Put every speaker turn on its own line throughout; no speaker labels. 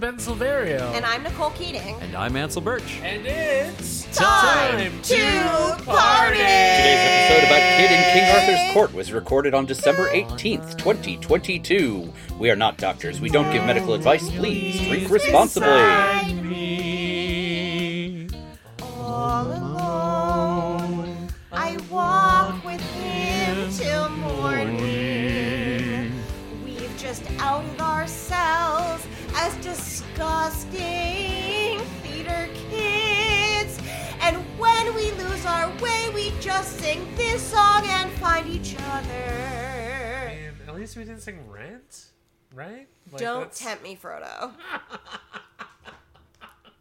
Ben Silverio.
And I'm Nicole Keating.
And I'm Ansel Birch.
And it's
Time to
Today's
party!
episode about Kid in King Arthur's Court was recorded on December 18th, 2022. We are not doctors. We don't give medical advice. Please drink responsibly.
Beside
me.
All alone, I walk with him till morning. We've just outed ourselves as disgusting theater kids. And when we lose our way, we just sing this song and find each other.
And at least we didn't sing Rent, right? Like,
Don't
that's-
tempt me, Frodo.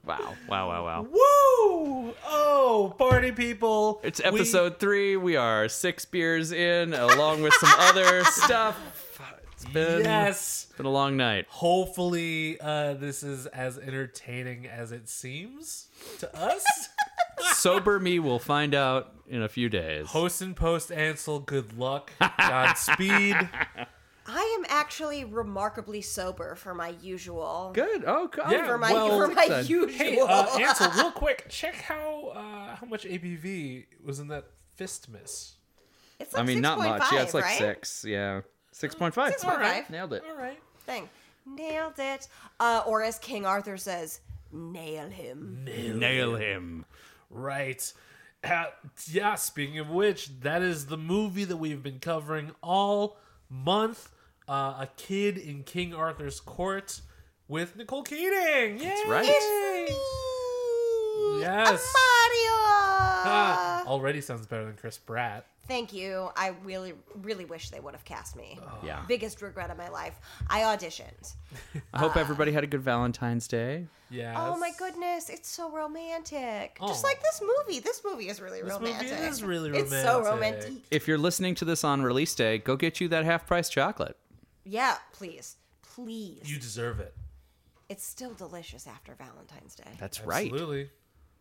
Wow. Wow, wow, wow.
Woo! Oh, party people!
It's
We-
episode three. We are six beers in, along with some other stuff. It's been,
yes.
been a long night.
Hopefully, uh, this is as entertaining as it seems to us.
Sober me will find out in a few days.
Post and post Ansel, good luck. Godspeed.
I am actually remarkably sober for my usual.
Good. Oh, God.
Yeah,
For my
Well,
for my
then.
usual.
Hey, uh, Ansel, real quick, check how uh, how much ABV was in that fist miss.
it's
I
like
mean, not much.
6.5,
yeah, it's like
right?
six. Yeah. 6.5.
All right.
Nailed it.
All right.
Thing. Nailed it. Uh, or as King Arthur says, nail him.
Nail him.
Right. Uh, yeah, speaking of which, that is the movie that we've been covering all month uh, A Kid in King Arthur's Court with Nicole Keating. That's
right.
Yes.
Mario.
Ah, already sounds better than Chris Pratt.
Thank you. I really, really wish they would have cast me.
Yeah.
Biggest regret of my life. I auditioned.
I hope everybody had a good Valentine's Day.
Yeah.
Oh my goodness, it's so romantic. Just
Aw.
like this movie. This movie is really
Oh. This
romantic.
movie is really
It's
romantic.
so romantic.
If you're listening to this on release day, go get you that half price chocolate.
Yeah, please. Please.
You deserve it.
It's still delicious after Valentine's Day.
That's right.
Absolutely.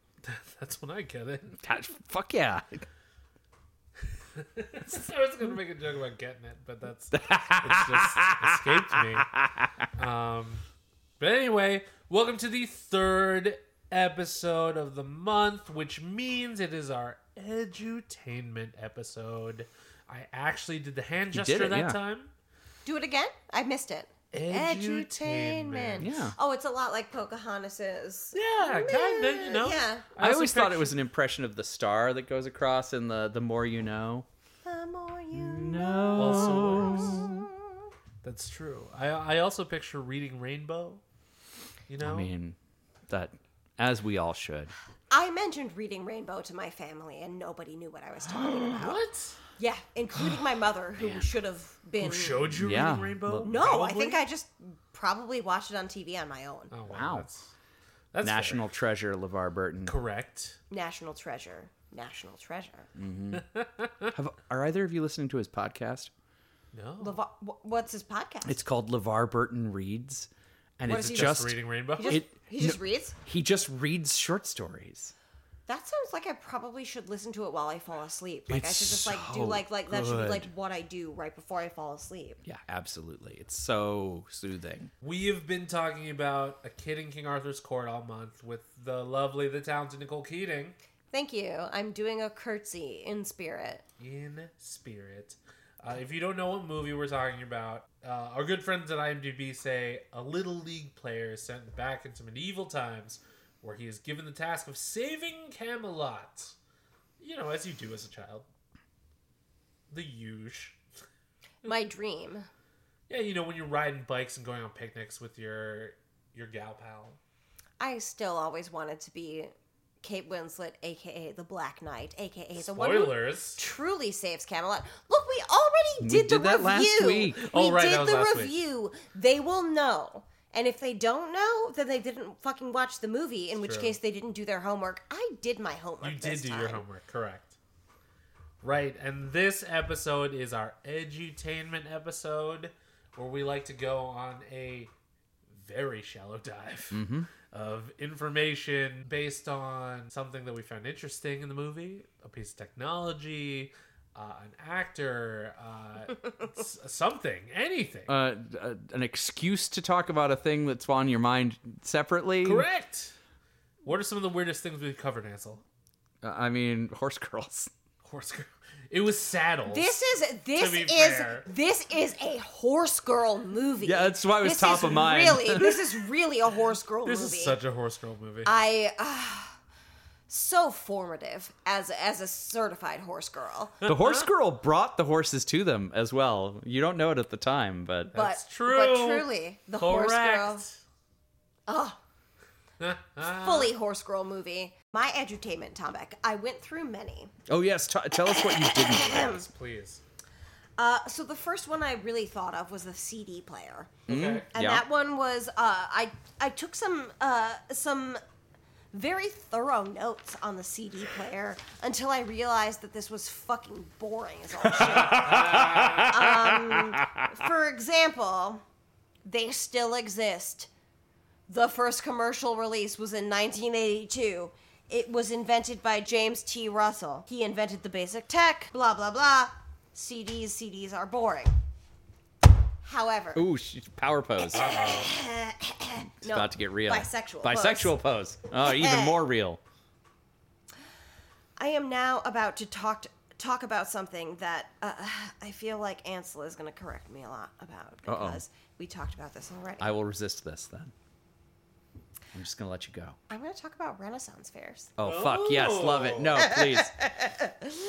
That's when I get it.
That- fuck yeah.
I was gonna make a joke about getting it, but that's it's just escaped me. Um, but anyway, welcome to the third episode of the month, which means it is our edutainment episode. I actually did the hand
You did
gesture
it,
that
yeah.
time.
Do it again? I missed it.
Edutainment.
Yeah.
Oh, it's a lot like Pocahontas's.
Yeah, kind of, you know.
Yeah.
I
also
always thought it
picture-
was an impression of the star that goes across in the the more you know.
The more you know.
also works. That's true. I I also picture reading Rainbow. You know,
I mean, that as we all should.
I mentioned reading Rainbow to my family, and nobody knew what I was talking about.
what?
Yeah, including my mother, who should have been.
Who showed you
Yeah.
Reading Rainbow?
Well-
no, I
Probably?
think I just probably watched it on TV on my own.
Oh,
Wow.
That's, that's
National treasure, LeVar Burton.
fair. Correct.
National treasure. National treasure.
Mm.
Have, are either of you listening to his podcast?
No.
LeVar, wh- what's his podcast?
It's called LeVar Burton Reads. And
What
it's
is he
just,
Reading Rainbow.
he just,
it-
he just reads?
he just reads short stories.
That sounds like I probably should listen to it while I fall asleep. Like I
It's
should just like do
so
like like that should be
good.
like what I do right before I fall asleep.
Yeah, absolutely. It's so soothing.
we have been talking about A Kid in King Arthur's Court all month with the lovely, the talented Nicole Keating
Thank you. I'm doing a curtsy in spirit.
in spirit. Uh, if you don't know what movie we're talking about, uh, our good friends at IMDb say a little league player is sent back into medieval times where he is given the task of saving Camelot. You know, as you do as a child. The huge.
My dream.
Yeah, you know when you're riding bikes and going on picnics with your your gal pal.
I still always wanted to be Kate Winslet, aka the Black Knight, aka the one who
Spoilers.
truly saves Camelot. Look, we already
We
did, the
did that last
review.
week.
We
Oh, right,
did
that was
the
last week.
review. They will know. And if they don't know, then they didn't fucking watch the movie, in which
true.
case they didn't do their homework. I did my homework.
You did
this
do your
time.
homework, correct? Right, and this episode is our edutainment episode, where we like to go on a very shallow dive
Mm-hmm.
of information based on something that we found interesting in the movie, a piece of technology, uh, an actor, uh, s- something, anything.
Uh, d- uh, an excuse to talk about a thing that's on your mind separately.
Correct. What are some of the weirdest things we've covered, Ansel?
Uh, I mean, horse girls.
Horse girl. It was saddles.
This is this
be
is
fair.
this is a horse girl movie.
Yeah, that's why it was
This
top
is
of mind.
Really, this is really a horse girl
This
movie.
is such a horse girl movie.
I uh, so formative as as a certified horse girl,
The horse girl brought the horses to them as well. You don't know it at the time, but uh,
but
That's true.
But truly, the horse girl, Oh.
Correct.
fully horse girl movie. My edutainment, Tom Beck. I went through many.
oh yes, t- tell us what you didn't. like.
Yes, please.
Uh, so the first one I really thought of was the CD player.
Okay.
and
Yeah.
that one was uh, I I took some uh, some very thorough notes on the CD player until I realized that this was fucking boring as all shit. um, for example, they still exist. The first commercial release was in 1982. It was invented by James T. Russell. He invented the basic tech. Blah blah blah. CDs, CDs are boring. However,
Ooh, she, power pose.
no,
About to get real.
Bisexual.
Bisexual pose. Oh, even more real.
I am now about to talk to, talk about something that uh, I feel like Ansel is going to correct me a lot about
Uh-oh.
because we talked about this already.
I will resist this then. I'm just gonna let you go.
I'm going to talk about Renaissance fairs
Oh, fuck yes, love it. No, please.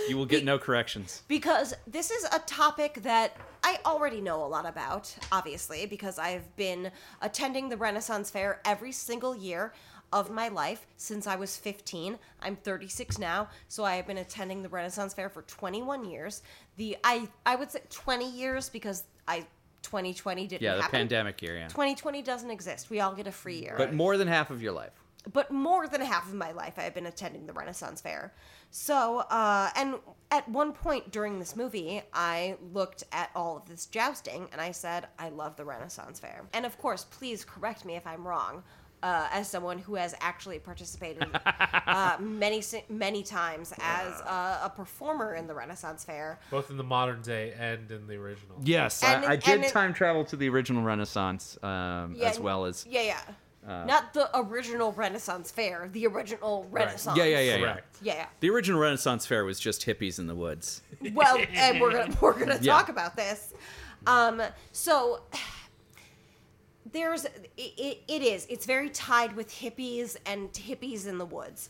You will get no corrections.
because this is a topic that I already know a lot about, obviously, because I've been attending the Renaissance Fair every single year of my life since I was 15. I'm 36 now, so I have been attending the Renaissance Fair for 21 years. The I I would say 20 years because I 2020 didn't
Yeah, the
happen.
pandemic year, yeah.
2020 doesn't exist. We all get a free year
But more than half of your life.
but more than half of my life I've been attending the Renaissance Fair. So, uh, and at one point during this movie, I looked at all of this jousting and I said, I love the Renaissance Fair. And of course, please correct me if I'm wrong. Uh, as someone who has actually participated uh, many si- many times as a, a performer in the Renaissance Fair,
Both in the modern day and in the original.
Yes,
And it-
I, I did
and it-
time travel to the original Renaissance um,
Yeah,
as well as. uh,
yeah, yeah, not the original Renaissance Fair, the original Renaissance,
Yeah, yeah, yeah, yeah.
Correct.
yeah, yeah.
The original Renaissance fair was just hippies in the woods.
well, and we're gonna we're gonna
Yeah.
talk about this. Um, so there's it, it, it is it's very tied with hippies and hippies in the woods.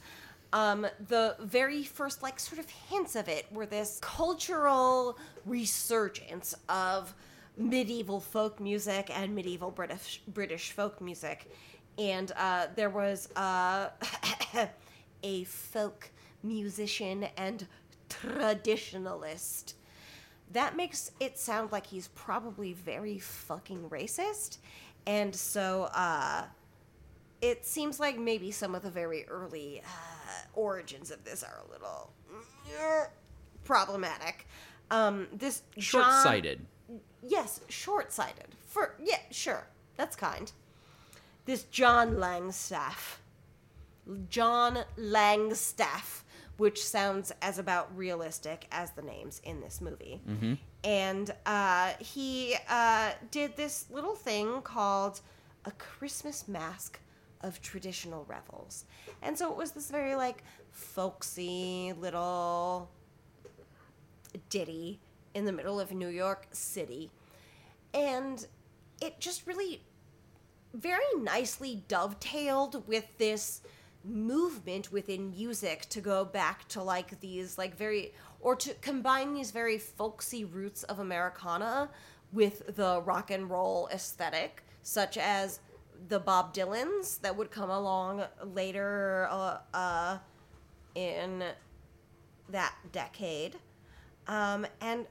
Um, the very first like sort of hints of it were this cultural resurgence of medieval folk music and medieval British British folk music, and uh, there was uh, a folk musician and traditionalist. That makes it sound like he's probably very fucking racist. And so uh, it seems like maybe some of the very early uh, origins of this are a little mm, problematic. Um, this John-
Short sighted.
Yes, short-sighted. For yeah, sure. That's kind. This John Langstaff. John Langstaff, which sounds as about realistic as the names in this movie. And uh, he uh, did this little thing called a Christmas mask of traditional revels. And so it was this very like folksy little ditty in the middle of New York City. And it just really very nicely dovetailed with this movement within music to go back to like these like very or to combine these very folksy roots of Americana with the rock and roll aesthetic such as the Bob Dylans that would come along later uh, uh, in that decade um, and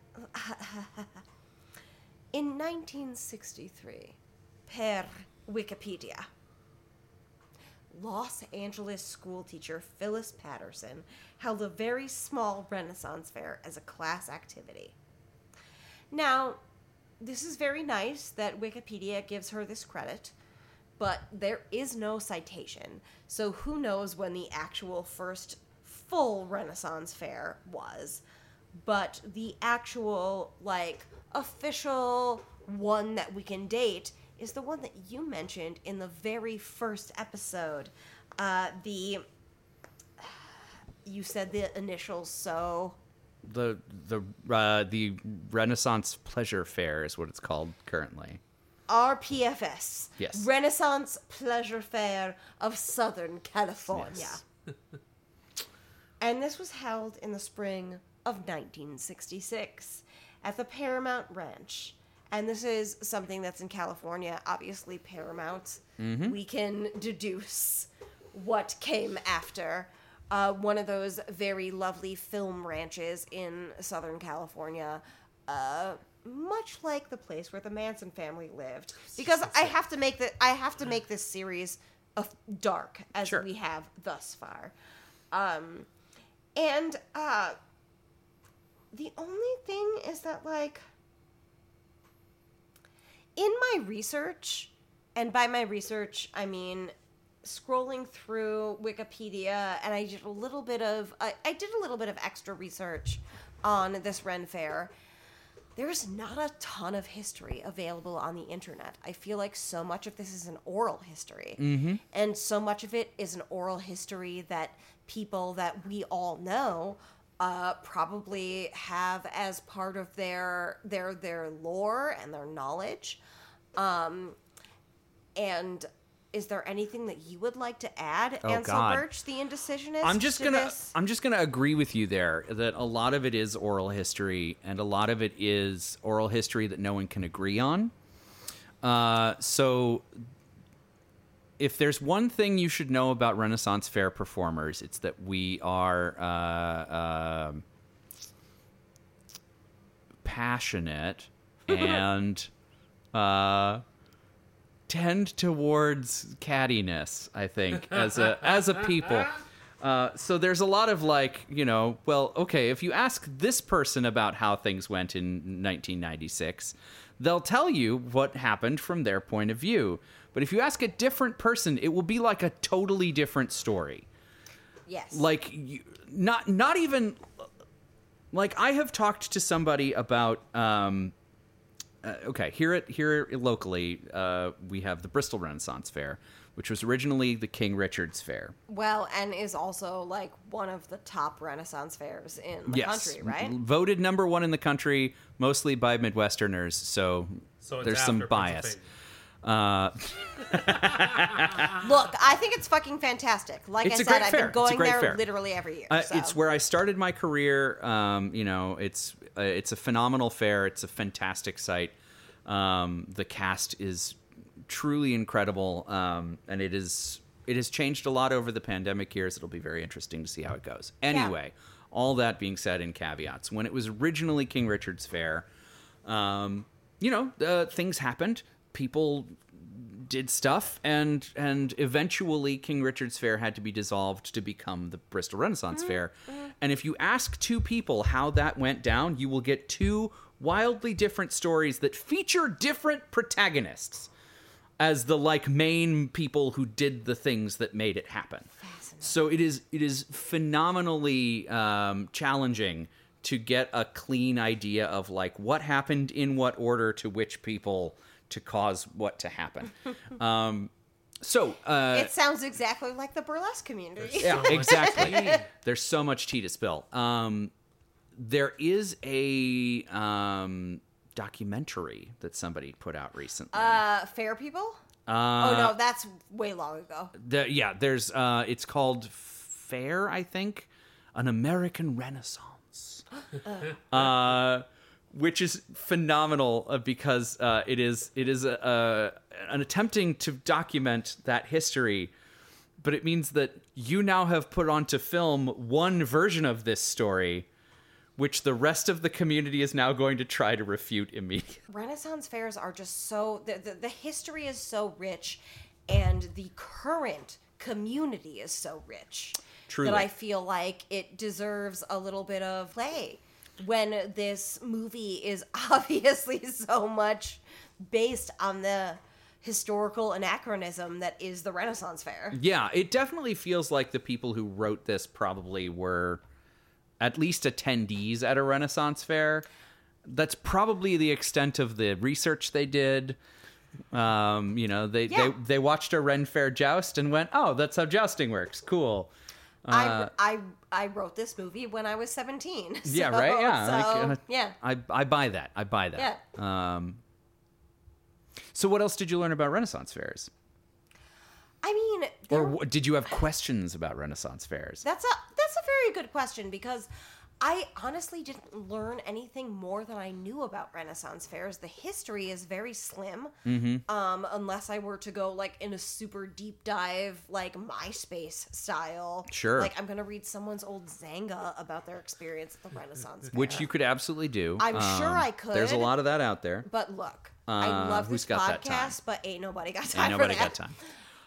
in 1963, per Wikipedia, Los Angeles schoolteacher Phyllis Patterson held a very small Renaissance fair as a class activity. Now, this is very nice that Wikipedia gives her this credit, but there is no citation, so who knows when the actual first full Renaissance fair was. but the actual like official one that we can date is the one that you mentioned in the very first episode. Uh, the you said the initials, so
The the uh, the Renaissance Pleasure Fair is what it's called currently.
RPFS.
Yes.
Renaissance Pleasure Fair of Southern California.
Yes.
and this was held in the spring of 1966 at the Paramount Ranch. And this is something that's in California, obviously Paramount. We can deduce what came after. Uh, one of those very lovely film ranches in Southern California. Uh, much like the place where the Manson family lived, because I have to make the I have to make this series of dark as
Sure.
we have thus far. And uh the only thing is that like in my research, and by my research I mean scrolling through Wikipedia and I did a little bit of I, I did a little bit of extra research on this Ren Fair. There's not a ton of history available on the internet. I feel like so much of this is an oral history.
Mm-hmm.
And so much of it is an oral history that people that we all know uh, probably have as part of their their their lore and their knowledge. Um, and is there anything that you would like to add,
Oh,
Ansel
God.
Birch, the indecisionist?
I'm just
to
gonna
this?
I'm just gonna agree with you there that a lot of it is oral history and a lot of it is oral history that no one can agree on. Uh, so if there's one thing you should know about Renaissance Fair performers, it's that we are uh, um passionate and uh, tend towards cattiness. I think as a as a people. Uh, so there's a lot of like, you know, well, okay, if you ask this person about how things went in 1996, they'll tell you what happened from their point of view. But if you ask a different person, it will be like a totally different story
yes.
like you, not not even like I have talked to somebody about um uh, okay here at here locally uh we have the Bristol Renaissance Fair which was originally the King Richard's Fair
well, and is also like one of the top Renaissance fairs in the country, right?
M- voted number 1 in the country mostly by Midwesterners so,
So it's
there's some
after
bias
Pennsylvania.
Look, I think it's fucking fantastic. Like
It's
I
a great
said, I've
fair.
been
It's a
going
great
there
fair.
literally every year.
Uh,
so.
It's where I started my career. Um, you know, it's uh, it's a phenomenal fair. It's a fantastic site. Um, the cast is truly incredible, um, and it is it has changed a lot over the pandemic years. It'll be very interesting to see how it goes. Anyway, all that being said, in caveats, when it was originally King Richard's Fair, um, you know, uh, things happened. People did stuff and and eventually King Richard's Fair had to be dissolved to become the Bristol Renaissance Fair. And if you ask two people how that went down, you will get two wildly different stories that feature different protagonists as the like main people who did the things that made it happen. So it is it is phenomenally um, challenging to get a clean idea of like what happened in what order to which people to cause what to happen. um, so uh,
it sounds exactly like the burlesque community.
yeah,
So much
exactly.
tea.
There's so much tea to spill. Um, there is a um, documentary that somebody put out recently.
Uh, fair people? oh
Uh,
no, that's way long ago.
The- yeah, there's. Uh, it's called Fair, I think, an American Renaissance, uh, which is phenomenal uh, because uh, it is it is a, a, an attempting to document that history. But it means that you now have put onto film one version of this story, which the rest of the community is now going to try to refute immediately.
Renaissance fairs are just so the, the, the history is so rich, and the current community is so rich
Truly.
that I feel like it deserves a little bit of play when this movie is obviously so much based on the historical anachronism that is the Renaissance fair.
Yeah, it definitely feels like the people who wrote this probably were at least attendees at a Renaissance fair. That's probably the extent of the research they did. Um, you know, they,
Yeah.
they they watched a Ren Fair joust and went, "Oh, that's how jousting works. Cool." Uh,
I, I, I wrote this movie when I was 17.
yeah,
so-
right. Yeah,
So,
like, uh,
yeah.
I I buy that. I buy that. Um, so what else did you learn about Renaissance fairs?
I mean,
Or w- did you have questions about Renaissance fairs?
That's a that's a very good question because I honestly didn't learn anything more than I knew about Renaissance fairs. The history is very slim,
Mm-hmm.
um, unless I were to go like in a super deep dive, like MySpace style.
Sure.
like I'm gonna read someone's old Zanga about their experience at the Renaissance. Fair.
Which you could absolutely do. Um,
I'm sure I
There's a
could.
lot of that out there.
but look,
Uh,
I love this
who's got that time?
podcast, but ain't nobody got time.
Ain't nobody
for that.
got time.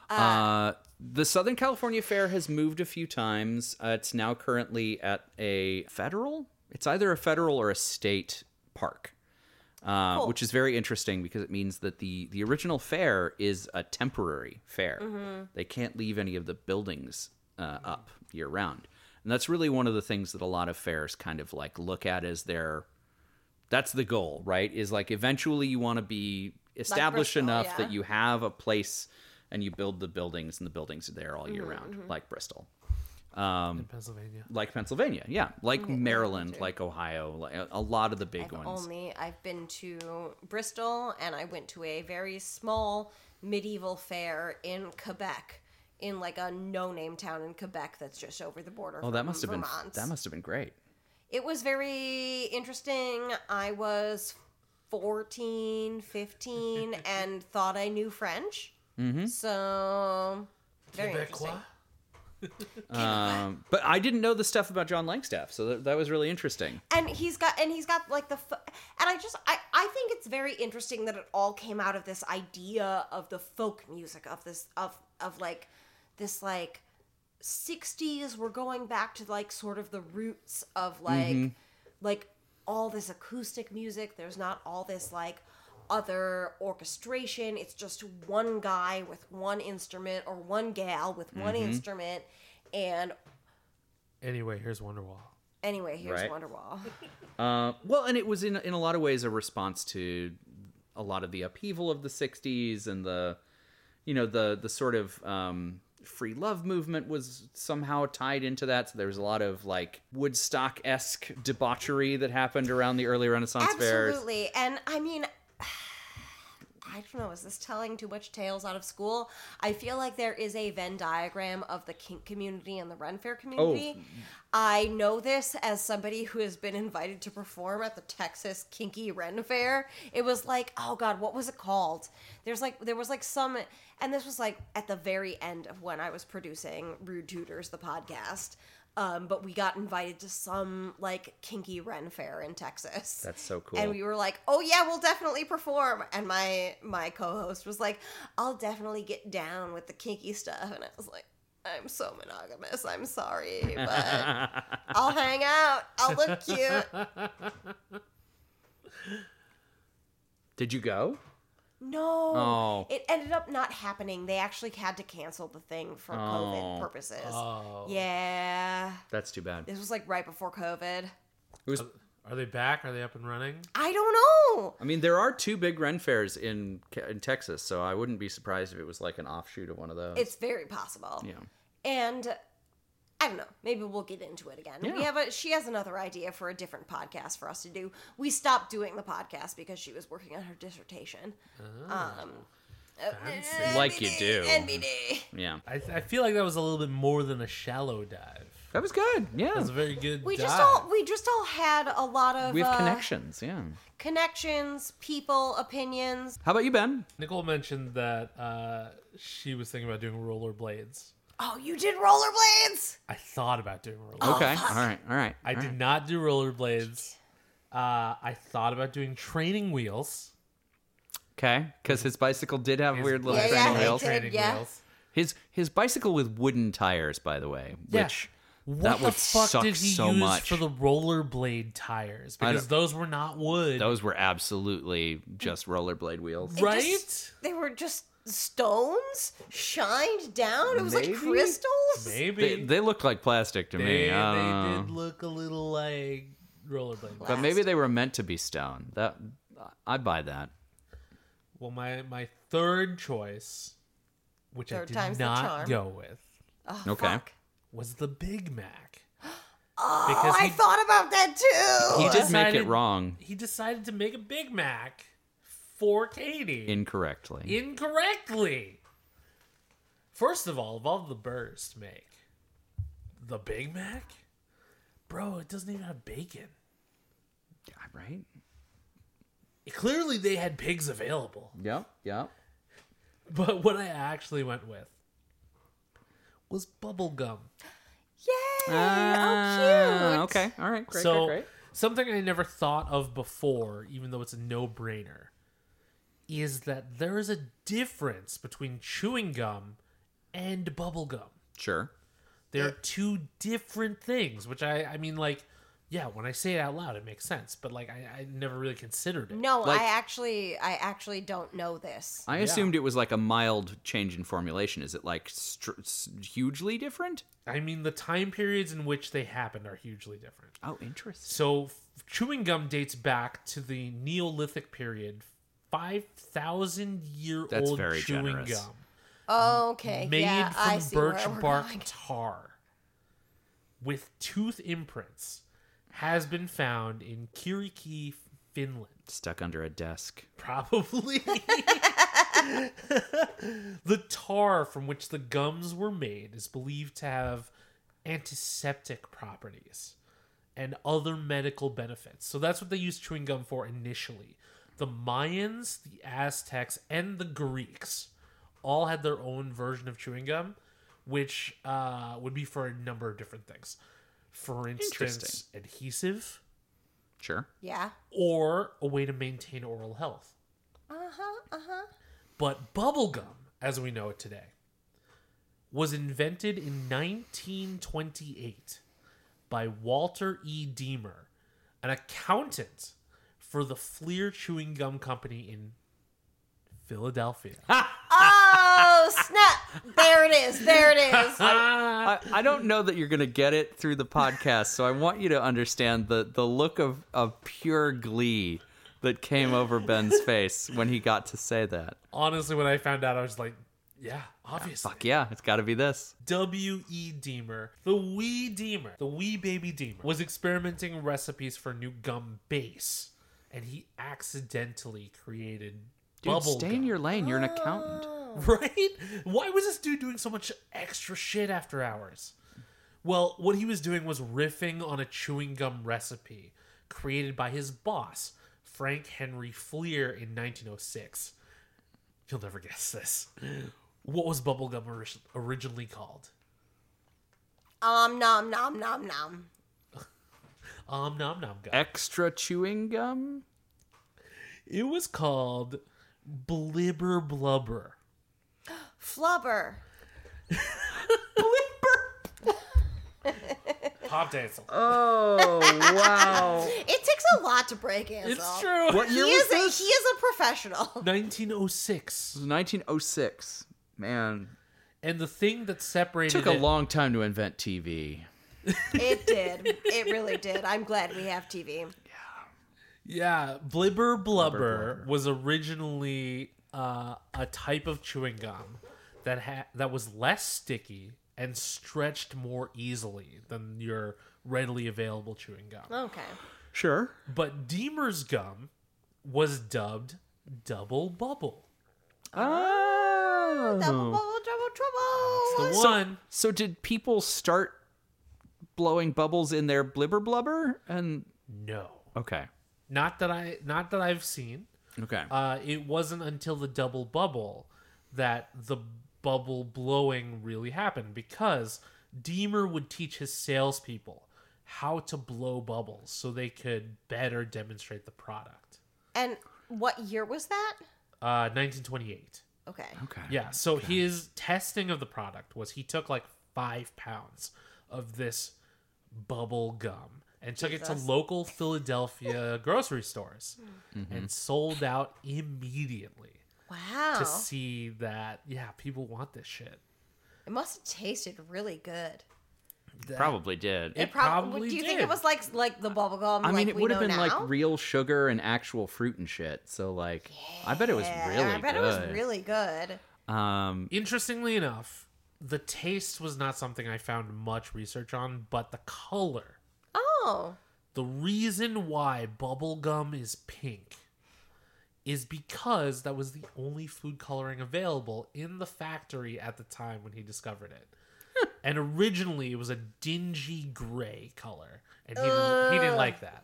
Uh, the Southern California Fair has moved a few times. Uh, it's now currently at a federal. It's either a federal or a state park, uh,
Cool.
which is very interesting because it means that the the original fair is a temporary fair.
Mm-hmm.
They can't leave any of the buildings uh, up year round, and that's really one of the things that a lot of fairs kind of like look at as their that's the goal, right? Is like eventually you want to be established
Bristol,
enough
yeah.
that you have a place and you build the buildings and the buildings are there all
Mm-hmm,
year round, like Bristol,
in Pennsylvania.
like Pennsylvania, yeah, like
Mm-hmm.
Maryland, like Ohio, like a, a lot of the big
I've
ones.
only I've been to Bristol and I went to a very small medieval fair in Quebec, in like a no-name town in Quebec that's just over the border.
oh, that must have
Vermont.
been that must have been great.
It was very interesting. I was 14, 15, and thought I knew French.
Mm-hmm.
So very interesting.
Quebecois?
Um, but I didn't know the stuff about John Langstaff, so that, that was really interesting.
and he's got and he's got like the ph- and i just I, I think it's very interesting that it all came out of this idea of the folk music of this of of like this like 60s we're going back to like sort of the roots of like like all this acoustic music there's not all this like other orchestration it's just one guy with one instrument or one gal with one instrument and
Anyway, here's Wonderwall.
anyway here's
Right.
wonderwall
Uh, well, and it was in in a lot of ways a response to a lot of the upheaval of the '60s and the, you know, the the sort of um, free love movement was somehow tied into that. So there was a lot of like Woodstock esque debauchery that happened around the early Renaissance fairs.
Absolutely. And I mean, I don't know, is this telling too much tales out of school? I feel like there is a Venn diagram of the kink community and the Ren Fair community. I know this as somebody who has been invited to perform at the Texas Kinky Ren Fair. It was like, oh God, what was it called? There's like, there was like some, and this was like at the very end of when I was producing Rude Tutors, the podcast. Um, but we got invited to some like kinky Ren Fair in Texas.
That's so cool.
And we were like, "Oh yeah, we'll definitely perform." And my my co-host was like, "I'll definitely get down with the kinky stuff." And I was like, "I'm so monogamous. I'm sorry, but I'll hang out. I'll look cute."
Did you go?
No.
Oh.
It ended up not happening. They actually had to cancel the thing for
Oh.
COVID purposes.
Oh.
Yeah.
That's too bad.
This was like right before COVID.
It was.
Are they back? Are they up and running?
I don't know.
I mean, there are two big Ren fairs in in Texas, so I wouldn't be surprised if it was like an offshoot of one of those.
It's very possible.
yeah.
and I don't know. Maybe we'll get into it again. We
Yeah.
have a she has another idea for a different podcast for us to do. We stopped doing the podcast because she was working on her dissertation. Um, uh,
Fancy.
Oh. Like you do.
NBD.
Yeah.
I, th- I feel like that was a little bit more than a shallow dive.
That was good. Yeah.
That was a very good.
We
dive.
just all we just all had a lot of
we have
uh,
connections. Yeah.
connections, people, opinions.
How about you, Ben?
Nicole mentioned that uh, she was thinking about doing rollerblades.
Oh, you did rollerblades.
I thought about doing rollerblades.
Oh,
Okay. all right. All right.
I did not do rollerblades. Uh, I thought about doing training wheels.
Okay, because his bicycle did have weird little
Yeah, yeah,
training
he
wheels.
did. yeah.
His his bicycle with wooden tires, by the way,
Yeah.
which
What
That
the
would
fuck
suck
did he
so
use
much.
for the rollerblade tires?
don't-
Because those were not wood,
those were absolutely just rollerblade wheels.
right?
Just- they were just stones shined down? It was
Maybe?
like crystals?
Maybe
They, they looked like plastic to
They-
me. I don't
they
know.
did look a little like rollerblade.
But maybe they were meant to be stone. That I buy that.
Well, my my third choice, which
Third
I
time's
did
the
not
charm.
go with,
Oh,
Okay.
fuck.
was the Big Mac.
Oh,
Because
I
he-
thought about that too.
He did make
Decided-
it wrong
He decided to make a Big Mac for Katie
incorrectly.
incorrectly. First of all, of all the burgers to make, the Big Mac, bro, it doesn't even have bacon.
Yeah, right?
Clearly, they had pigs available.
Yep. Yep.
But what I actually went with was bubblegum.
Yay!
Ah,
oh, cute.
Okay. All right. Great.
so
great, great.
something I never thought of before, even though it's a no-brainer, is that there is a difference between chewing gum and bubble gum.
Sure.
They're two different things, which I I mean like yeah, when I say it out loud, it makes sense. But like, I, I never really considered it.
No,
Like-
I actually, I actually don't know this.
I assumed it was like a mild change in formulation. Is it like str- s- hugely different?
I mean, the time periods in which they happened are hugely different.
Oh, interesting.
So f- chewing gum dates back to the Neolithic period, five thousand year
That's
old
very
chewing
generous.
gum.
Okay,
Uh, made
yeah,
from
I see where
birch
we're
bark
going.
tar with tooth imprints has been found in Kiriki, Finland.
Stuck under a desk.
Probably. the tar from which the gums were made is believed to have antiseptic properties and other medical benefits. So that's what they used chewing gum for initially. The Mayans, the Aztecs, and the Greeks all had their own version of chewing gum, which uh, would be for a number of different things. For instance,
Interesting.
adhesive
Sure.
Yeah.
or a way to maintain oral health.
Uh huh. Uh huh.
But bubblegum, as we know it today, was invented in 1928 by Walter E. Deemer, an accountant for the Fleer Chewing Gum Company in Philadelphia.
Oh snap! There it is. There it is.
I, I don't know that you're going to get it through the podcast, so I want you to understand the, the look of, of pure glee that came over Ben's face when he got to say that.
Honestly, when I found out, I was like, yeah, obviously.
Fuck yeah, it's got to be this.
W.E. Deemer, the wee Deemer, the wee baby Deemer, was experimenting recipes for new gum base, and he accidentally created
Dude,
bubble
stay
gum.
in your lane. You're an accountant.
right? Why was this dude doing so much extra shit after hours? Well, what he was doing was riffing on a chewing gum recipe created by his boss, Frank Henry Fleer, in 1906. You'll never guess this. What was bubblegum orig- originally called?
Om nom nom nom nom.
Um, nom nom gum.
Extra chewing gum?
It was called Blibber Blubber.
Flubber.
Pop dancing.
Oh, wow.
It takes a lot to break in.
it's true.
what
He
year was
is. A,
this?
he is a professional.
1906.
This was 1906. Man,
And the thing that separated
took a
it-
long time to invent TV.
It did. It really did. I'm glad we have TV.
Yeah, blibber blubber, was originally uh, a type of chewing gum that ha- that was less sticky and stretched more easily than your readily available chewing gum.
Okay.
Sure.
But Deemer's gum was dubbed double bubble.
Oh.
Double bubble, double trouble.
The one
So did people start blowing bubbles in their blibber blubber? And
no.
okay,
Not that I not that I've seen.
okay,
Uh, it wasn't until the double bubble that the bubble blowing really happened because Deemer would teach his salespeople how to blow bubbles so they could better demonstrate the product.
And what year was that?
Uh, 1928.
Okay.
okay.
Yeah, so his testing of the product was he took like five pounds of this bubble gum and took it to local Philadelphia grocery stores and sold out immediately.
Wow.
to see that yeah people want this shit.
It must have tasted really good.
That-
Probably did.
It probably
Do you think
did.
it was like like the bubble gum?
I mean,
like
it
we
would have
know
been
now?
like real sugar and actual fruit and shit. So like, I bet it was
Yeah,
really
I bet
good.
it was really good.
um,
Interestingly enough, the taste was not something I found much research on, but the color.
Oh,
The reason why bubblegum is pink is because that was the only food coloring available in the factory at the time when he discovered it. and originally it was a dingy gray color, and he, didn't, he didn't like that.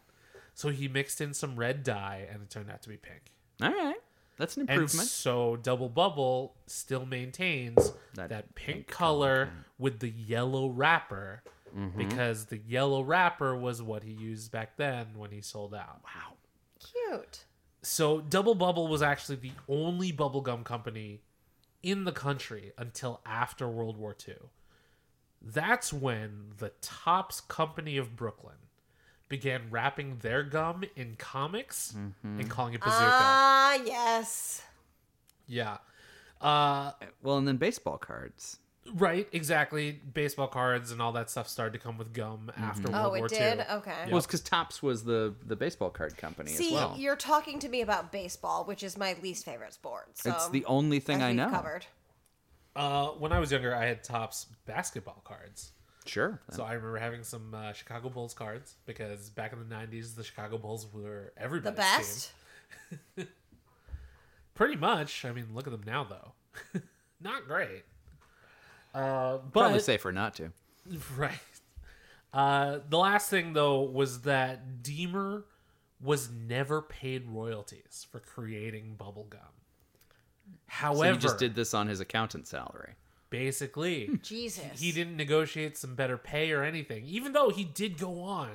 So he mixed in some red dye and it turned out to be pink.
all right, that's an
And
improvement.
so Double Bubble still maintains
That
that, pink, color Mm-hmm. with the yellow wrapper because the yellow wrapper was what he used back then when he sold out.
wow.
cute.
So Double Bubble was actually the only bubblegum company in the country until after World War II. That's when the Topps Company of Brooklyn began wrapping their gum in comics and calling it bazooka.
Ah, yes.
yeah. Uh,
Well, and then baseball cards.
Right, exactly. Baseball cards and all that stuff started to come with gum
Mm-hmm.
after World
Oh,
War
it did.
II.
Okay.
Well, it's because Tops was the the baseball card company
See,
as well.
you're talking to me about baseball, which is my least favorite sport. So
it's the only
as
thing I
we've
know.
Covered.
Uh, when I was younger, I had tops basketball cards.
Sure.
So I remember having some uh, Chicago Bulls cards because back in the 90s, the Chicago Bulls were
The
everybody's
best.
team. Pretty much. I mean, look at them now, though. Not great. Uh, but
Probably safer not to.
Right. Uh, the last thing though was that Deemer was never paid royalties for creating bubblegum.
So
However,
he just did this on his accountant salary.
basically
Jesus.
he didn't negotiate some better pay or anything, even though he did go on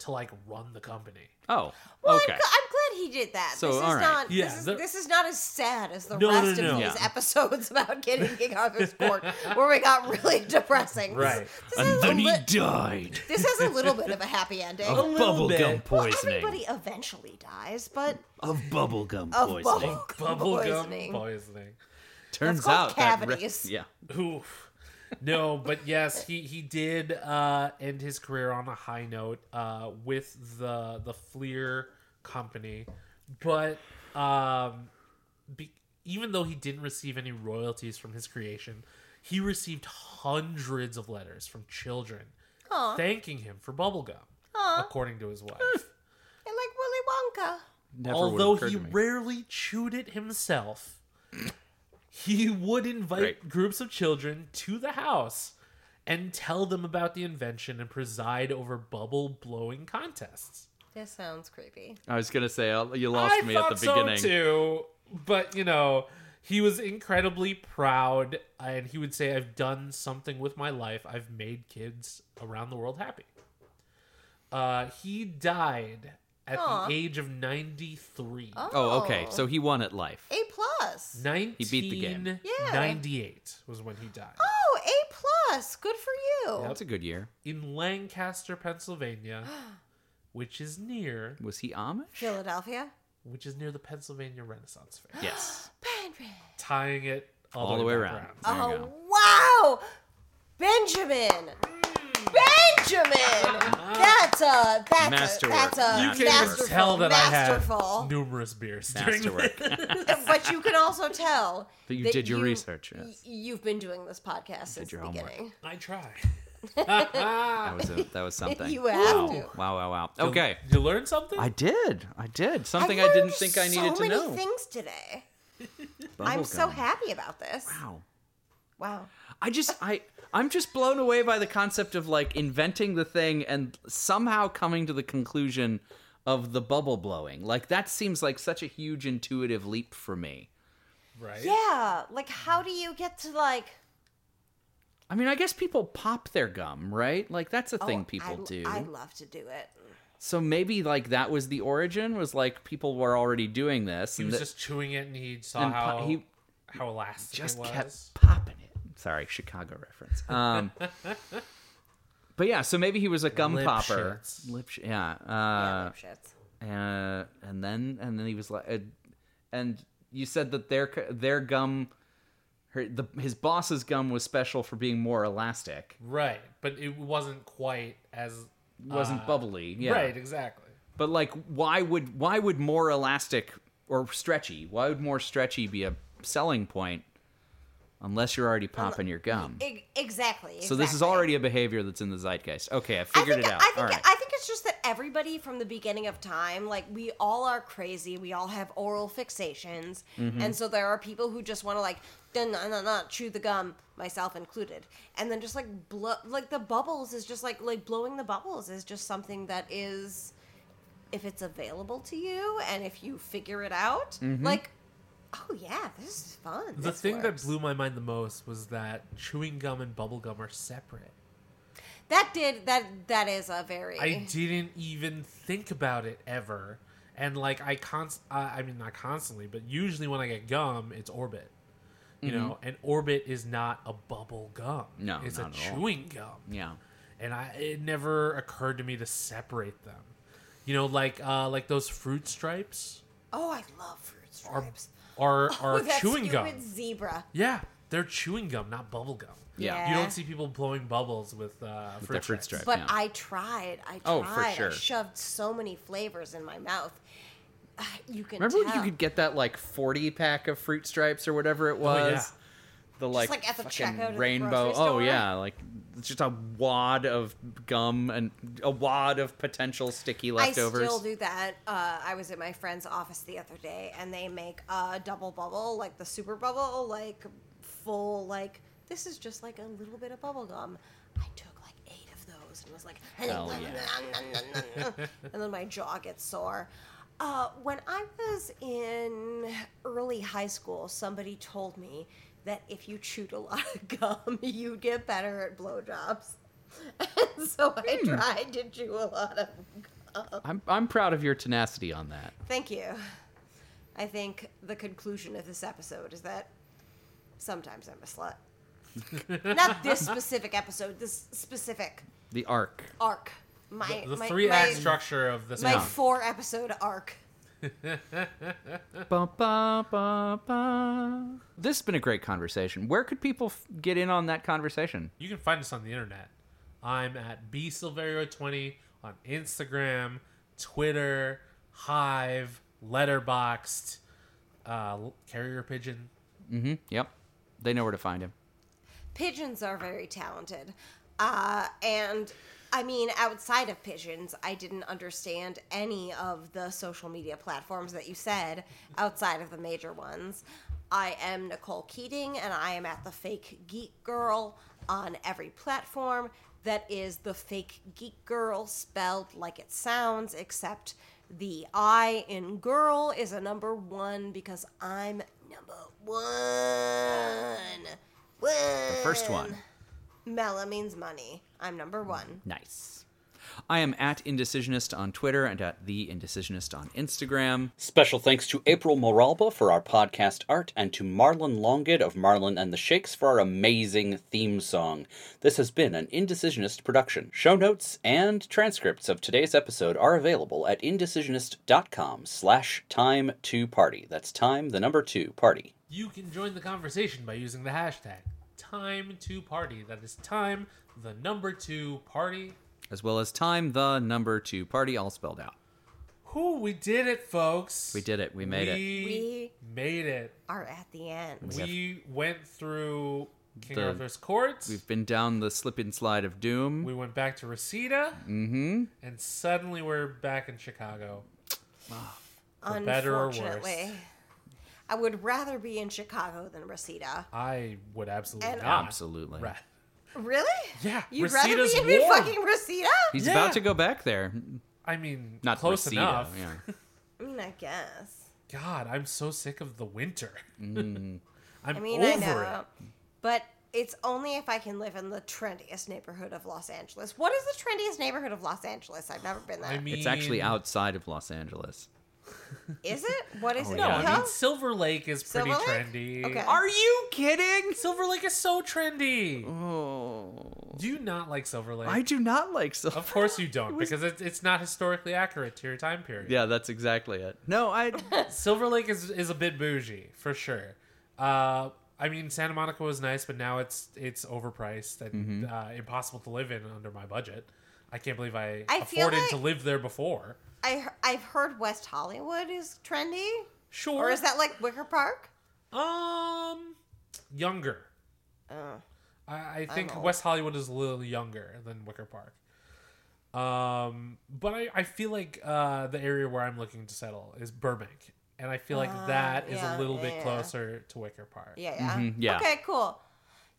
to like run the company.
Oh,
Well,
okay.
I'm, gl- I'm glad he did that.
So,
this is
all right.
not.
Yeah,
this, is,
the-
this is not as sad as the
No, no,
rest
no.
of these
Yeah.
episodes about getting King Arthur's court, where we got really depressing.
Right.
This, this, has, a li-
died
this has a little bit of a happy ending.
little bit.
Well, everybody eventually dies, but
of bubblegum
of bubble,
Bubblegum
poisoning.
poisoning.
Turns
called
out that re-
cavities.
yeah.
Oof. No, but yes, he he did uh, end his career on a high note uh, with the the Fleer company, but um, be, even though he didn't receive any royalties from his creation, he received hundreds of letters from children
Aw.
thanking him for bubblegum, according to his wife.
And like Willy Wonka.
Hmm. Never would've
Although
occurred
he
to me.
rarely chewed it himself, he would invite
Great.
groups of children to the house and tell them about the invention and preside over bubble blowing contests.
This sounds creepy.
I was gonna say I'll- you lost
I
me at the
thought so
beginning.
too, but you know, he was incredibly proud, and he would say, "I've done something with my life. I've made kids around the world happy." Uh, he died at
Aw.
the age of ninety-three.
Oh, okay. So he won at life.
A plus.
1998
He beat the game.
Yeah.
was when he died.
Oh, A plus. Good for you.
Yep.
That's a good year.
In Lancaster, Pennsylvania, which is near
Was he Amish?
Philadelphia.
which is near the Pennsylvania Renaissance Fair.
Yes.
Penrith.
Tying it all, the way, around.
There you
Oh
go.
wow, Benjamin. Benjamin. That's a that's
Masterwork.
a that's a
Uh-huh. You
You can
masterful,
tell that I
masterful.
had numerous beers.
Oh.
during
Masterwork.
but you can also tell
That you did your research, yes.
y- You've been doing this podcast since
your
the
homework.
beginning.
I try.
That was a, that was something.
You have
wow.
to.
Wow! Wow! Wow! Okay.
You learn something?
I did. I did something
I've
I didn't
learned
think I needed
so
to
many
know.
Things today. I'm
Bubblegum.
so happy about this.
Wow.
Wow.
I just I I'm just blown away by the concept of like inventing the thing and somehow coming to the conclusion of the bubble blowing. Like that seems like such a huge intuitive leap for me.
right.
Yeah. Like, how do you get to like?
I mean, I guess people pop their gum, right? Like that's a
oh,
thing people
I-
do.
I love to do it.
so maybe like that was the origin was like people were already doing this
He
and
was
that-
just chewing it and he saw
and
how
po- he-
how elastic it
just
was.
kept popping it. Sorry, Chicago reference. Um, but yeah, so maybe he was a gum
Lip
popper.
shits.
Lip, sh- yeah. Uh,
Yeah, lipshits.
uh, and then and then he was like, uh, and you said that their c- their gum, her, the, his boss's gum was special for being more elastic.
Right, but it wasn't quite as
wasn't
uh,
bubbly. Yeah.
Right, exactly.
But like, why would why would more elastic or stretchy? Why would more stretchy be a selling point? Unless you're already popping your gum.
E- exactly,
So this is
exactly.
already a behavior that's in the zeitgeist. Okay, I
I
figured
think,
it out.
I think,
All right.
I think it's just that everybody from the beginning of time, like we all are crazy. We all have oral fixations,
Mm-hmm.
and so there are people who just want to like, no, no, no, chew the gum, myself included, and then just like blow, like the bubbles is just like like blowing the bubbles is just something that is, if it's available to you and if you figure it out,
Mm-hmm.
like, oh yeah, this is fun.
The
This
thing
works.
that blew my mind the most was that chewing gum and bubble gum are separate.
that did that that is a very
I didn't even think about it ever, and like I const, I I mean not constantly, but usually when I get gum, it's Orbit, you know, and Orbit is not a bubble gum.
No,
it's
not
a
at all.
chewing gum.
yeah.
and I it never occurred to me to separate them. You know, like uh, like those fruit stripes
oh I love fruit
are
stripes.
are are
that
chewing gum.
stupid zebra.
Yeah, they're chewing gum, not bubble gum.
Yeah.
Eh.
You don't see people blowing bubbles with uh, fruit,
their fruit
stripes.
stripe.
But
yeah.
I tried. I tried.
Oh, for sure.
I shoved so many flavors in my mouth. Ah, You can
Remember when
tell.
you could get that like forty pack of fruit stripes or whatever it was?
Oh, yeah.
The like,
like at the
fucking
checkout at the
rainbow.
grocery
oh
store?
yeah, like it's just a wad of gum and a wad of potential sticky leftovers.
I still do that. Uh, I was at my friend's office the other day, and they make a double bubble, like the super bubble, like full, like this is just like a little bit of bubble gum. I took like eight of those and was like,
Hell
and then my jaw gets sore. Uh, when I was in early high school, somebody told me that if you chewed a lot of gum, you'd get better at blowjobs. And so I
Hmm.
tried to chew a lot of
I'm I'm proud of your tenacity on that.
Thank you. I think the conclusion of this episode is that sometimes I'm a slut. Not this specific episode, this specific
The arc.
arc. My
The, the
my,
three
my,
act structure of this.
my
album.
four episode arc.
Ba, ba, ba, ba. This has been a great conversation. Where could people f- get in on that conversation?
You can find us on the internet. I'm at bsilverio20 on Instagram, Twitter, Hive, Letterboxed, uh, Carrier Pigeon.
Mm-hmm. Yep. They know where to find him.
Pigeons are very talented. Uh, and I mean, outside of pigeons, I didn't understand any of the social media platforms that you said outside of the major ones. I am Nicole Keating, and I am at the Fake Geek Girl on every platform. That is the Fake Geek Girl spelled like it sounds, except the I in girl is a number one because I'm number one.
The first one.
Mela means money. I'm number one.
Nice. I am at Indecisionist on Twitter and at The Indecisionist on Instagram.
Special thanks to April Moralba for our podcast art and to Marlon Longid of Marlon and the Shakes for our amazing theme song. This has been an Indecisionist production. Show notes and transcripts of today's episode are available at indecisionist.com slash time to party. That's time, the number two, party.
You can join the conversation by using the hashtag time to party. That is time, the number two party.
as well as time the number two party all spelled out.
Whew, we did it, folks.
We did it. We made it.
We made it.
Are at the end.
We went through King
The-
Arthur's courts.
We've been down the slip and slide of doom.
We went back to Reseda, mm-hmm. and suddenly we're back in Chicago. For better or worse.
Unfortunately, I would rather be in Chicago than Reseda.
I would absolutely
And-
not.
Absolutely.
Right.
Really?
Yeah,
You'd
Reseda's
rather be in
warm.
fucking Reseda?
He's
Yeah.
about to go back there.
I mean,
Not
close
Reseda,
enough.
Yeah.
I mean, I guess.
God, I'm so sick of the winter.
Mm.
I'm
I mean,
over
I know.
it.
But it's only if I can live in the trendiest neighborhood of Los Angeles. What is the trendiest neighborhood of Los Angeles? I've never been there. Is
I mean,
It's actually outside of Los Angeles.
it? What is it?
No, oh, I
Utah?
mean Silver Lake is pretty
Silver Lake?
trendy.
Okay.
you kidding?
Silver Lake is so trendy.
Oh.
Do you not like Silver Lake?
I do not like Silver.
Of course you don't, because it, it's not historically accurate to your time period.
Yeah, that's exactly it. No, I.
Silver Lake is, is a bit bougie for sure. Uh, I mean, Santa Monica was nice, but now it's it's overpriced and uh, impossible to live in under my budget. I can't believe I,
I feel
afforded
like-
to live there before.
I he- I've heard West Hollywood is trendy,
Sure,
or is that like Wicker Park?
um younger?
Uh,
I, I think
old.
West Hollywood is a little younger than Wicker Park. Um, but I, I feel like uh, the area where I'm looking to settle is Burbank, and I feel like that is
Ah, yeah,
a little
yeah,
bit
yeah.
closer to Wicker Park.
yeah, yeah,
Mhm,
Mm-hmm.
yeah.
Okay, cool.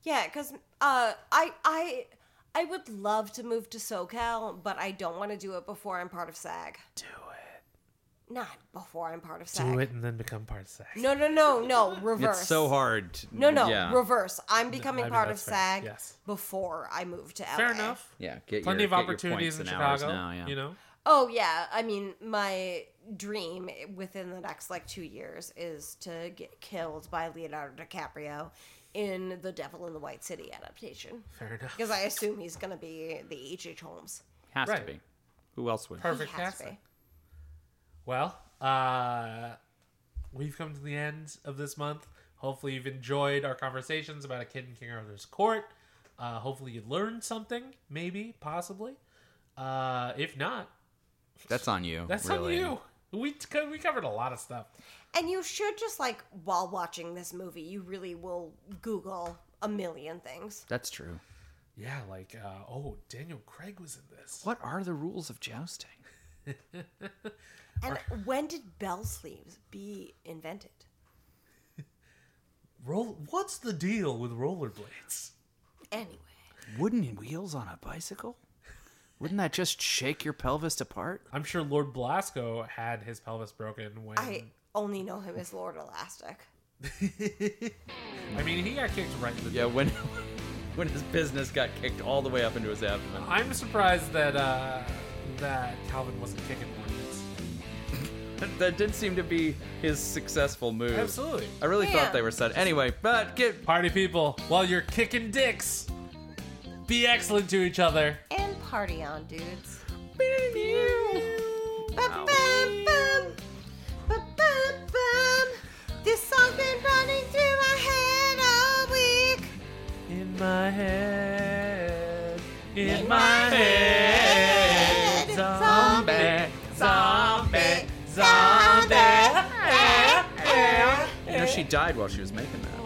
Yeah, because uh, I I I would love to move to SoCal, but I don't want to do it before I'm part of SAG.
Do it,
Not before I'm part of SAG.
do it, and then become part of SAG.
No, no, no, no. Reverse.
It's so hard. to-
No, no.
Yeah.
Reverse. I'm becoming
I mean,
part of
that's fair.
SAG
Yes.
before I move to LA.
Fair enough.
yeah. Get
Plenty
your,
of opportunities in
get your points and
Chicago.
hours Now, yeah.
You know,
Oh yeah, I mean my dream within the next like 2 years is to get killed by Leonardo DiCaprio in The Devil in the White City adaptation
fair enough.
because I assume he's going to be the H.H. Holmes.
has
Right.
to be. Who else would?
He
Perfect
has to
casting.
be.
Well, uh, we've come to the end of this month. Hopefully, you've enjoyed our conversations about A Kid in King Arthur's Court. Uh, hopefully, you learned something, maybe, possibly. Uh, if not,
That's on you.
that's
really.
on you. We, t- we covered a lot of stuff.
And you should just like while watching this movie, you really will Google a million things.
That's true.
Yeah, like, uh, oh, Daniel Craig was in this.
What are the rules of jousting?
And when did bell sleeves be invented?
Roll- What's the deal with rollerblades?
Anyway,
Wooden wheels on a bicycle? Wouldn't that just shake your pelvis apart?
I'm sure Lord Blasco had his pelvis broken when.
I only know him as Lord Elastic.
I mean, he got kicked right in the
Yeah, when when his business got kicked all the way up into his abdomen.
I'm surprised that uh, that Calvin wasn't kicking one of these.
That did seem to be his successful move.
Absolutely.
I really
Yeah.
thought they were set. Anyway, but get
Party people, while you're kicking dicks, be excellent to each other.
And party on, dudes.
Ow.
Ba-bum-bum. Ba-bum-bum. This song's been running through my head all week.
In my head, in, my head,
head,
zombie, zombie, zombie.
zombie.
Eh, eh,
You know, she died while she was making that.